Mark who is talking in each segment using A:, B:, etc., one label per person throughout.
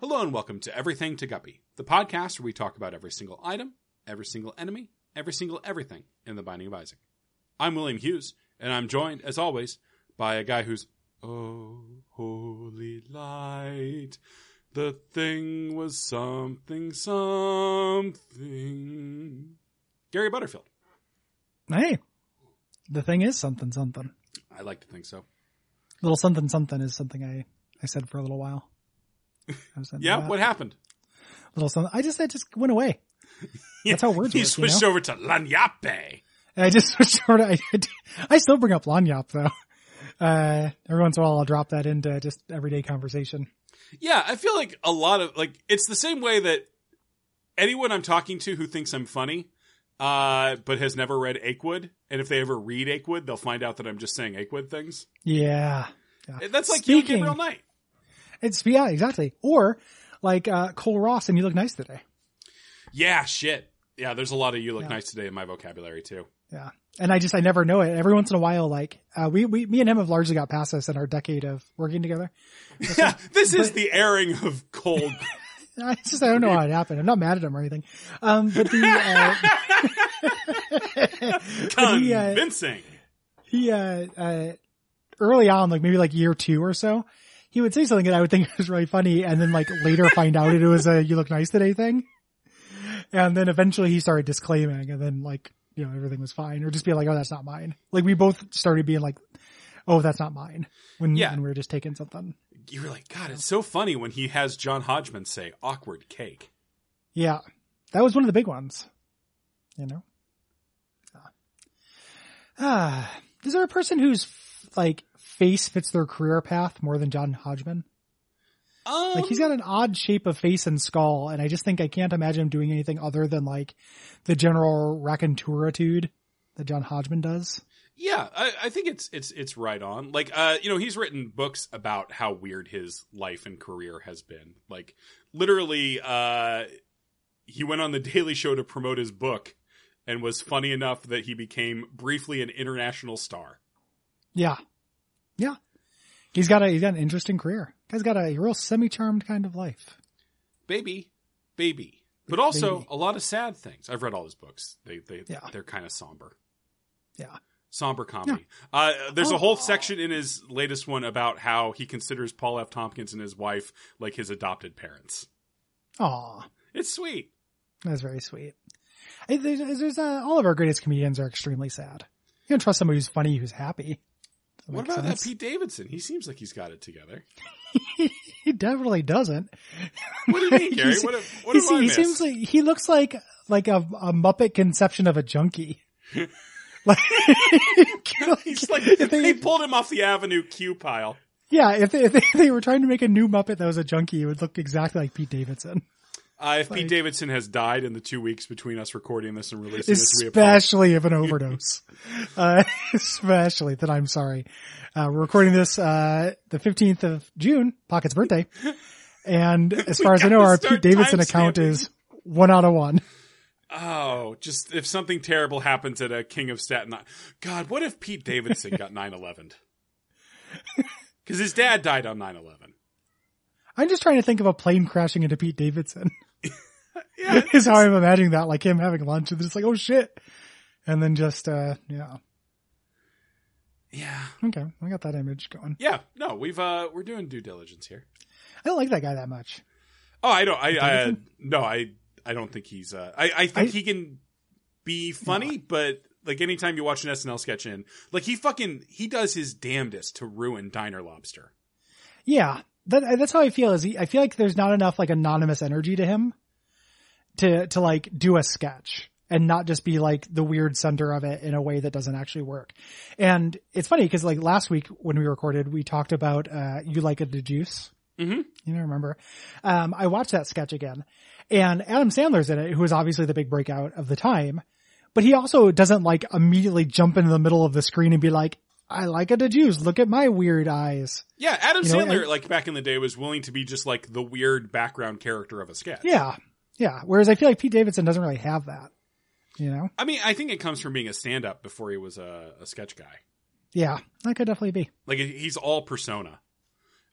A: Hello and welcome to Everything to Guppy, the podcast where we talk about every single item, every single enemy, every single everything in the Binding of Isaac. I'm William Hughes, and I'm joined, as always, by a guy who's Oh, holy light. The thing was something, something. Gary Butterfield.
B: Hey, the thing is something something.
A: I like to think so.
B: Little something something is something I I said for a little while. I was into
A: Yeah,
B: that.
A: what happened?
B: little something? I just I just went away. That's how words
A: He
B: work, you
A: switched
B: know?
A: over to Lanyape.
B: And I just switched over. To, I I still bring up Lanyap though. Uh, every once in a while I'll drop that into just everyday conversation.
A: Yeah, I feel like a lot of like it's the same way that anyone I'm talking to who thinks I'm funny, uh, but has never read Akewood, and if they ever read Akewood, they'll find out that I'm just saying Akewood things.
B: Yeah. yeah.
A: That's like you and
B: Speaking-
A: Gabriel Knight.
B: It's yeah, exactly. Or like uh Cole Ross and you look nice today.
A: Yeah, shit. Yeah, there's a lot of you look
B: Yeah.
A: nice today in my vocabulary too.
B: Yeah. And I just, I never know it. Every once in a while, like, uh, we, we, me and him have largely got past us in our decade of working together.
A: Yeah, this is the airing of cold.
B: I just, I don't know how it happened. I'm not mad at him or anything. Um, but the, uh, but he, uh,
A: Convincing.
B: he, uh, uh, early on, like maybe like year two or so, he would say something that I would think was really funny and then like later find out it was a you look nice today thing. And then eventually he started disclaiming and then like, you know, everything was fine or just be like, oh, that's not mine. Like we both started being like, oh, that's not mine when,
A: Yeah.
B: when we were just taking something.
A: You were like, God, it's so funny when he has John Hodgman say awkward cake.
B: Yeah. That was one of the big ones, you know? Ah, is there a person whose like face fits their career path more than John Hodgman?
A: Um,
B: Like he's got an odd shape of face and skull, and I just think I can't imagine him doing anything other than like the general raconteuritude that John Hodgman does.
A: Yeah, I, I think it's it's it's right on. Like, uh, you know, he's written books about how weird his life and career has been. Like, literally, uh, he went on the Daily Show to promote his book, and was funny enough that he became briefly an international star.
B: Yeah, yeah. He's got a he's got an interesting career. Guy's got a real semi charmed kind of life.
A: Baby, baby, but also
B: Baby.
A: a lot of sad things. I've read all his books. They they
B: Yeah.
A: they're kind of somber.
B: Yeah.
A: somber comedy. Uh, there's a
B: Oh.
A: whole section in his latest one about how he considers Paul F. Tompkins and his wife like his adopted parents.
B: Aw,
A: It's sweet.
B: that's very sweet. I, there's there's uh, all of our greatest comedians are extremely sad. You don't trust somebody who's funny who's happy. That
A: What
B: makes
A: about
B: sense.
A: that Pete Davidson? He seems like he's got it together.
B: He definitely doesn't.
A: What do you mean, Gary?
B: He's-
A: What, what
B: he
A: have
B: se-
A: I
B: he
A: missed?
B: seems like he looks like like a, a Muppet conception of a junkie. like,
A: he's like
B: if
A: they
B: they,
A: pulled him off the Avenue Q pile.
B: yeah, if they, if they, they were trying to make a new Muppet that was a junkie, it would look exactly like Pete Davidson,
A: Uh, if Pete
B: Like-
A: Davidson has died in the two weeks between us recording this and releasing this, we apologize.
B: especially of an overdose. uh, especially that I'm sorry. Uh, we're recording this uh, the 15th of June, Pocket's birthday, and as
A: We
B: far as I know,
A: gotta
B: our
A: start
B: Pete Davidson
A: timestamping.
B: account is one out of one.
A: Oh, just if something terrible happens at a King of Staten Island. God, what if Pete Davidson got 9 11? Because his dad died on 9 11.
B: I'm just trying to think of a plane crashing into Pete Davidson.
A: Yeah.
B: is how I'm imagining that, like him having lunch and just like, oh shit. And then just, uh, yeah.
A: Yeah.
B: Okay. I got that image going.
A: Yeah. No, we've, uh, we're doing due diligence here.
B: I don't like that guy that much.
A: Oh, I don't. I, I uh,
B: Davidson?
A: no, I I don't think he's. Uh, I I think
B: I-
A: he can be funny, but like anytime you watch an SNL sketch in, like he fucking he does his damnedest to ruin Diner Lobster.
B: Yeah. That, that's how I feel is he, I feel like there's not enough like anonymous energy to him to, to like do a sketch and not just be like the weird center of it in a way that doesn't actually work. And it's funny because like last week when we recorded, we talked about, uh, you like it to juice.
A: Mhm.
B: You know, remember, um, I watched that sketch again and Adam Sandler's in it, who is obviously the big breakout of the time, but he also doesn't like immediately jump into the middle of the screen and be like, I like it to juice. Look at my weird eyes.
A: Yeah, Adam
B: You know,
A: Sandler,
B: and-
A: like back in the day, was willing to be just like the weird background character of a sketch.
B: Yeah. Yeah. Whereas I feel like Pete Davidson doesn't really have that. You know?
A: I mean, I think it comes from being a stand-up before he was a, a sketch guy.
B: Yeah. That could definitely be.
A: Like he's all persona.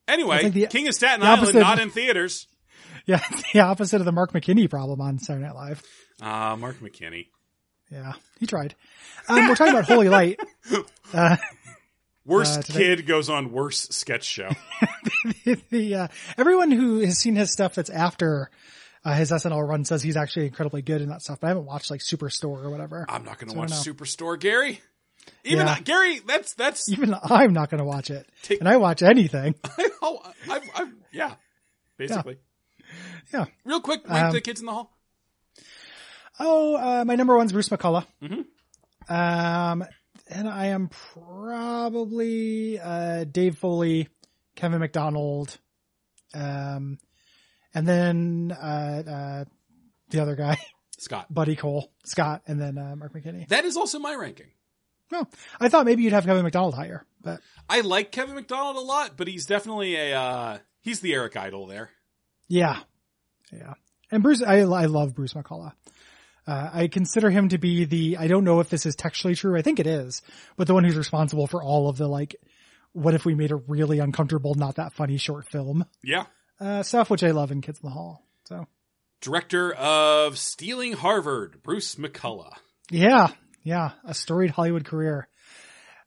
A: Anyway,
B: It's like the-
A: King of Staten
B: the
A: Island
B: opposite-
A: not in theaters.
B: Yeah, it's the opposite of the Mark McKinney problem on Saturday Night Live.
A: Ah, Mark McKinney.
B: Yeah, he tried. Um, we're talking about Holy Light. Uh,
A: Worst
B: Uh, today-
A: kid goes on worst sketch show.
B: the uh, everyone who has seen his stuff that's after uh, his SNL run says he's actually incredibly good in that stuff. But I haven't watched like Superstore or whatever.
A: I'm not going to
B: So I
A: watch
B: don't
A: Superstore, Gary. Even
B: Yeah.
A: I- Gary, that's that's.
B: Even I'm not going to watch it,
A: Take-
B: and I watch anything.
A: oh, I've, I've, yeah, basically.
B: Yeah.
A: Real quick, rank
B: Um,
A: the kids in the hall.
B: Oh, uh, my number one's Bruce McCullough.
A: Mhm.
B: Um, and I am probably uh, Dave Foley, Kevin McDonald, um, and then uh, uh, the other guy,
A: Scott.
B: Buddy Cole, Scott, and then uh, Mark McKinney.
A: That is also my ranking.
B: I thought maybe you'd have Kevin McDonald higher, but
A: I like Kevin McDonald a lot, but he's definitely a uh, he's the Eric Idle there.
B: yeah, yeah. And Bruce, I I love Bruce McCullough. Uh, I consider him to be the, I don't know if this is textually true. I think it is, but the one who's responsible for all of the like, what if we made a really uncomfortable, not that funny short film,
A: Yeah.
B: uh, stuff, which I love in Kids in the Hall. So
A: Director of Stealing Harvard, Bruce McCullough.
B: yeah, yeah, a storied Hollywood career,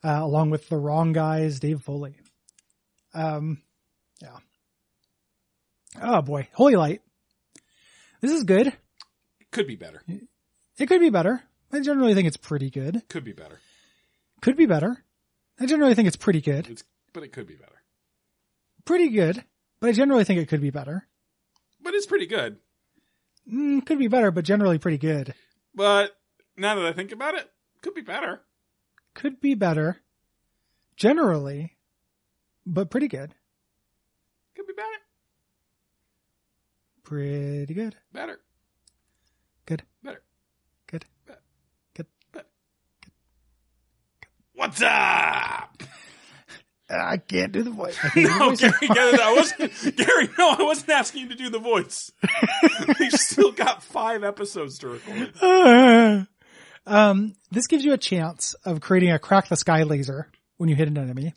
B: uh, along with the wrong guys, Dave Foley. Um, yeah. Oh boy. Holy light. This is good.
A: Could be better.
B: It could be better. I generally think it's pretty good.
A: Could be better.
B: Could be better. I generally think it's pretty good.
A: It's but it could be better.
B: Pretty good, but I generally think it could be better.
A: But it's pretty good.
B: Mm, could be better, but generally pretty good.
A: But now that I think about it, could be better.
B: Could be better. Generally, but pretty good.
A: Could be better.
B: Pretty good.
A: Better.
B: Good.
A: Better.
B: Good.
A: Be-
B: Good.
A: Be- What's up?
B: I can't do the voice. I can't do the
A: No,
B: voice.
A: Gary, Gary, I wasn't, Gary, no, I wasn't asking you to do the voice. We've still got five episodes to record.
B: um, this gives you a chance of creating a crack the sky laser when you hit an enemy,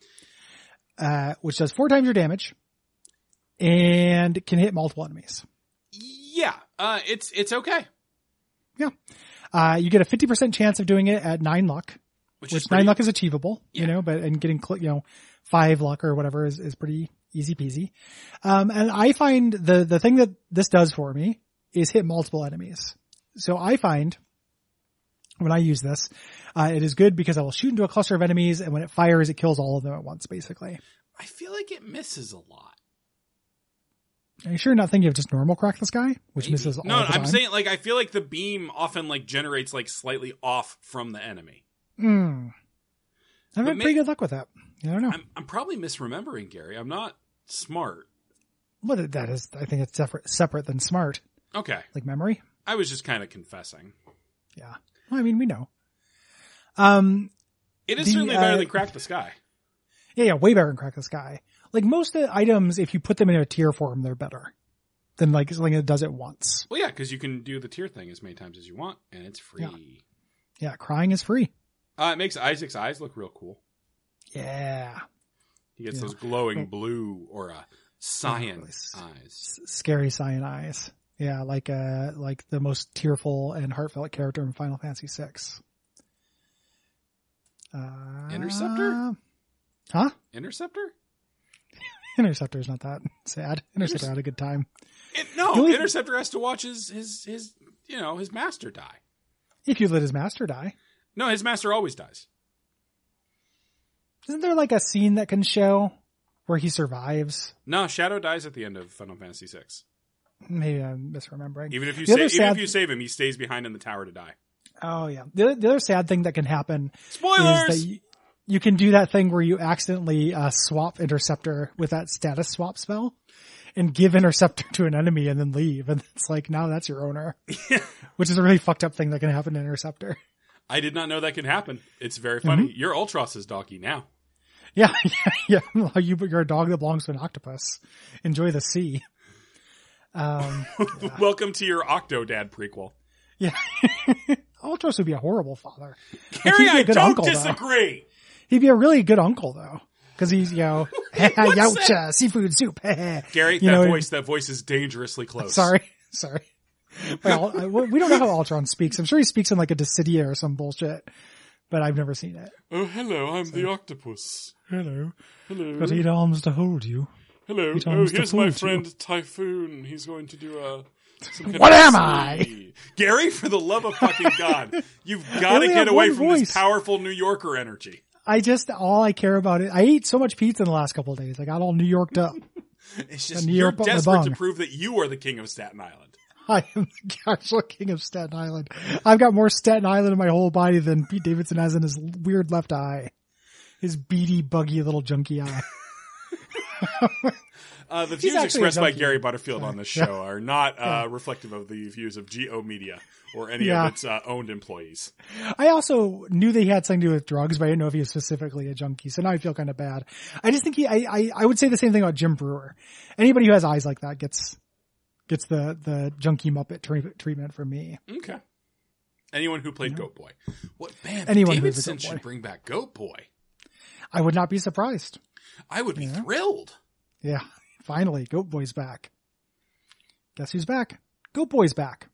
B: uh, which does four times your damage and can hit multiple enemies.
A: Yeah, uh, it's it's okay.
B: Uh, you get a 50% chance of doing it at nine luck,
A: Which,
B: which
A: is pretty,
B: nine luck is achievable,
A: Yeah.
B: you know, but, and getting, cl- you know, five luck or whatever is, is pretty easy peasy. Um, and I find the, the thing that this does for me is hit multiple enemies. So I find when I use this, uh, it is good because I will shoot into a cluster of enemies and when it fires, it kills all of them at once, basically.
A: I feel like it misses a lot.
B: Are you sure you're not thinking of just normal crack this guy, which
A: Maybe.
B: misses all
A: no,
B: the time?
A: I'm saying like I feel like the beam often like generates like slightly off from the enemy.
B: Hmm. I've
A: But
B: had
A: may-
B: pretty good luck with that. I don't know.
A: I'm I'm probably misremembering, Gary. I'm not smart.
B: Well, that is, I think it's separate, separate than smart,
A: Okay,
B: like memory.
A: I was just kind of confessing.
B: Well, I mean, we know. Um,
A: It is
B: The,
A: certainly better
B: uh,
A: than Crack the Sky.
B: yeah, yeah, way better than Crack the Sky. Like most of the items, if you put them in a tier form, they're better than like something that does it once.
A: Well, yeah, because you can do the tier thing as many times as you want, and it's free.
B: Yeah, crying is free.
A: Uh, it makes Isaac's eyes look real cool.
B: Yeah.
A: He gets
B: Yeah.
A: those glowing
B: Well-
A: blue or uh, cyan
B: Nice.
A: eyes.
B: S- scary cyan eyes. Yeah, like, uh, like the most tearful and heartfelt character in Final Fantasy VI. Uh,
A: Interceptor?
B: Huh?
A: Interceptor?
B: Interceptor's not that sad. Interceptor had a good time.
A: It, no,
B: The only-
A: Interceptor has to watch his, his his you know his master die.
B: If you let his master die.
A: No, his master always dies.
B: Isn't there like a scene that can show where he survives?
A: No, Shadow dies at the end of Final Fantasy VI.
B: Maybe I'm misremembering.
A: Even if you
B: The
A: save,
B: other
A: even
B: sad-
A: if you save him, he stays behind in the tower to die.
B: Oh yeah. The, the other sad thing that can happen is
A: Spoilers.
B: that you, you can do that thing where you accidentally uh, swap interceptor with that status swap spell and give interceptor to an enemy and then leave. And it's like, now that's your owner, which is a really fucked up thing that can happen to interceptor.
A: I did not know that could happen. It's very funny.
B: Mm-hmm.
A: You're Ultros' doggy now.
B: Yeah. Yeah. yeah. You, you're a dog that belongs to an octopus. Enjoy the sea. Um,
A: Welcome to your Octodad prequel.
B: yeah. Ultros would be a horrible father.
A: Harry,
B: he'd be a
A: I
B: good
A: don't
B: uncle, though.
A: disagree.
B: He'd be a really good uncle though, because because he's you know yowcha seafood soup.
A: Gary,
B: You
A: that
B: know, it-
A: voice, that voice is dangerously close.
B: sorry, sorry. Well, I- we don't know how Ultron speaks. I'm sure he speaks in like a Decidia or some bullshit, but I've never seen it.
A: Oh, hello, I'm the octopus.
B: Hello,
A: Hello.
B: but he'd arms to hold you.
A: hello.
B: it
A: Oh,
B: almost
A: here's my
B: approved you.
A: friend Typhoon. He's going to do a. Some kind
B: What
A: of
B: am
A: smoothie. Gary? For the love of fucking God, you've got to
B: only
A: get
B: have
A: away
B: one
A: from this
B: voice.
A: powerful New Yorker energy.
B: I just all I care about is I ate so much pizza in the last couple of days. I got all New Yorked up.
A: It's just
B: And New
A: you're
B: York put my
A: desperate to
B: bong.
A: prove that you are the king of Staten Island.
B: I am the actual king of Staten Island. I've got more Staten Island in my whole body than Pete Davidson has in his weird left eye. His beady, buggy little junky eye.
A: Uh, the
B: He's
A: views
B: actually
A: expressed
B: a
A: by
B: junkie.
A: Gary Butterfield on this
B: Yeah.
A: show are not uh, reflective of the views of Geo Media or any
B: Yeah.
A: of its uh, owned employees.
B: I also knew that he had something to do with drugs, but I didn't know if he was specifically a junkie. So now I feel kind of bad. I just think he, I, I, I would say the same thing about Jim Brewer. Anybody who has eyes like that gets, gets the, the junkie Muppet tre- treatment from me.
A: Okay. Anyone who played
B: Yeah.
A: Goat Boy. What man?
B: Anyone who was a
A: Davidson
B: Goat
A: should
B: Boy.
A: bring back Goat Boy.
B: I would not be surprised.
A: I would be
B: Yeah.
A: thrilled.
B: Yeah. Finally, Goat Boy's back. Guess who's back? Goat Boy's back.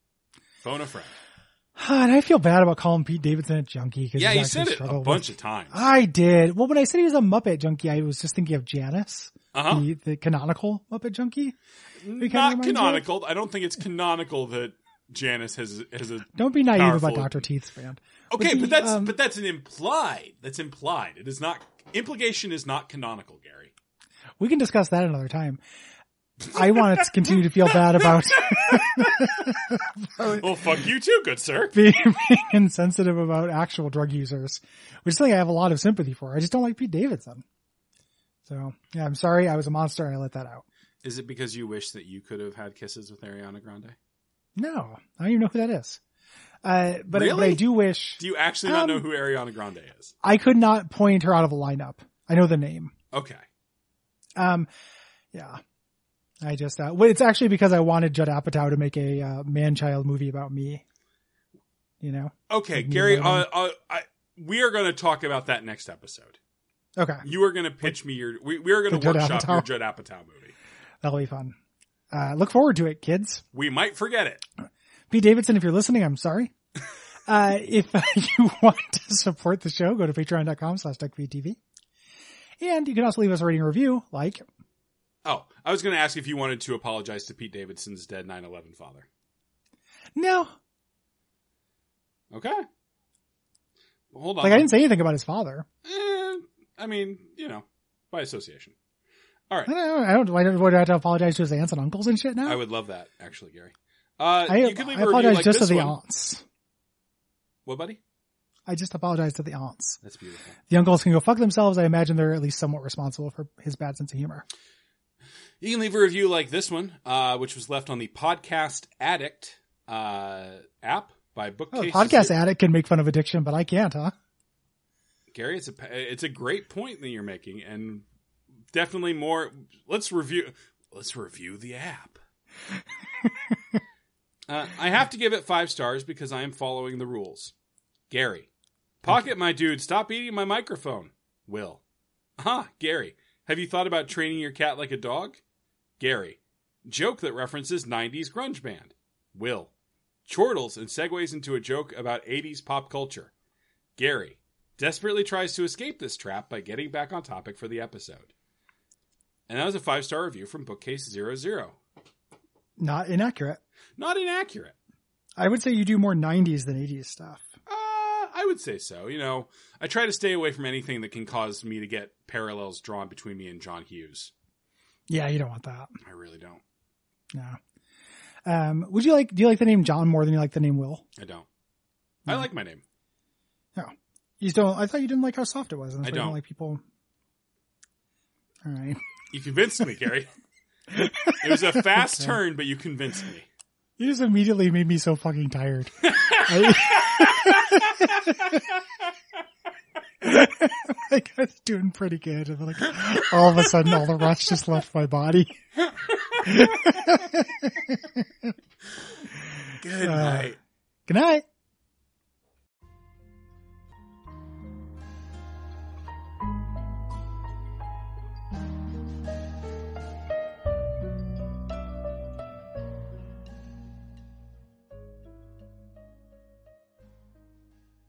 A: Phone a friend.
B: And I feel bad about calling Pete Davidson a junkie. 'cause
A: Yeah,
B: he's
A: he
B: actually
A: said it a
B: struggled with-
A: bunch of times.
B: I did. Well, when I said he was a Muppet junkie, I was just thinking of Janice,
A: Uh-huh.
B: the, the canonical Muppet junkie. kinda
A: Not
B: reminds you of-
A: canonical. I don't think it's canonical that Janice has has a
B: Don't be naive about
A: Powerful.
B: Dr. Teeth's band.
A: Okay,
B: the,
A: but that's
B: um,
A: but that's an implied. That's implied. It is not implication is not canonical, Gary.
B: We can discuss that another time. I want to continue to feel bad about Oh,
A: Well, fuck you too, good sir.
B: being, being insensitive about actual drug users, which is something I have a lot of sympathy for. I just don't like Pete Davidson. So yeah, I'm sorry. I was a monster and I let that out.
A: Is it because you wish that you could have had kisses with Ariana Grande?
B: No, I don't even know who that is. Uh, but, but
A: Really?
B: I do wish
A: Do you actually not know
B: Um,
A: who Ariana Grande is?
B: I could not point her out of a lineup. I know the name.
A: Okay.
B: Um, yeah. I just, uh, well, it's actually because I wanted Judd Apatow to make a uh, man-child movie about me. You know?
A: Okay,
B: Give me
A: Gary,
B: that
A: uh,
B: one.
A: uh, I, we are going to talk about that next episode.
B: Okay.
A: You are going to pitch me your we, we are going
B: The
A: to
B: Judd
A: workshop
B: Apatow.
A: your Judd Apatow movie.
B: That'll be fun. Uh, look forward to it, kids.
A: We might forget it.
B: Pete Davidson, if you're listening, I'm sorry. Uh, if you want to support the show, go to patreon.com slash duckfeedtv. And you can also leave us a rating and review, like,
A: Oh, I was going to ask if you wanted to apologize to Pete Davidson's dead 9/11 father.
B: no,
A: Okay. Well, hold on.
B: like I didn't say anything about his father.
A: Eh, I mean, you know, by association.
B: I don't, I don't, why do why do I have to apologize to his aunts and uncles and shit now?
A: I would love that, actually, Gary. Uh,
B: I,
A: you could leave
B: I
A: a review
B: apologize
A: like
B: just
A: this
B: to the
A: one.
B: aunts.
A: What, buddy?
B: I just apologize to the aunts.
A: That's beautiful.
B: The uncles can go fuck themselves. I imagine they're at least somewhat responsible for his bad sense of humor.
A: You can leave a review like this one, uh, which was left on the Podcast Addict uh, app by
B: Oh, the
A: Bookcase.
B: podcast addict can make fun of addiction, but I can't, huh?
A: Gary, it's a it's a great point that you're making, and definitely more. Let's review. Let's review the app. uh, I have to give it five stars because I am following the rules. Gary, pocket my dude. Stop eating my microphone. Will. Ah, Gary, have you thought about training your cat like a dog? Gary, joke that references '90s grunge band. Will. Chortles and segues into a joke about 80s pop culture. Gary desperately tries to escape this trap by getting back on topic for the episode. And that was a five star review from Bookcase Zero Zero.
B: Not inaccurate.
A: Not inaccurate.
B: I would say you do more 90s than 80s stuff.
A: Uh, I would say so. You know, I try to stay away from anything that can cause me to get parallels drawn between me and John Hughes.
B: Yeah, you don't want that.
A: I really don't.
B: No. Um, would you like, do you like the name John more than you like the name Will?
A: I don't. I
B: No.
A: like my name.
B: You just don't, I thought you didn't like how soft it was. And
A: I
B: that's why you
A: don't.
B: don't like people. All right.
A: You convinced me, Gary. it was a fast
B: Okay.
A: turn, but you convinced me.
B: You just immediately made me so fucking tired. I, like, I was doing pretty good, and then like all of a sudden, all the rush just left my body.
A: Good
B: Uh,
A: night.
B: Good night.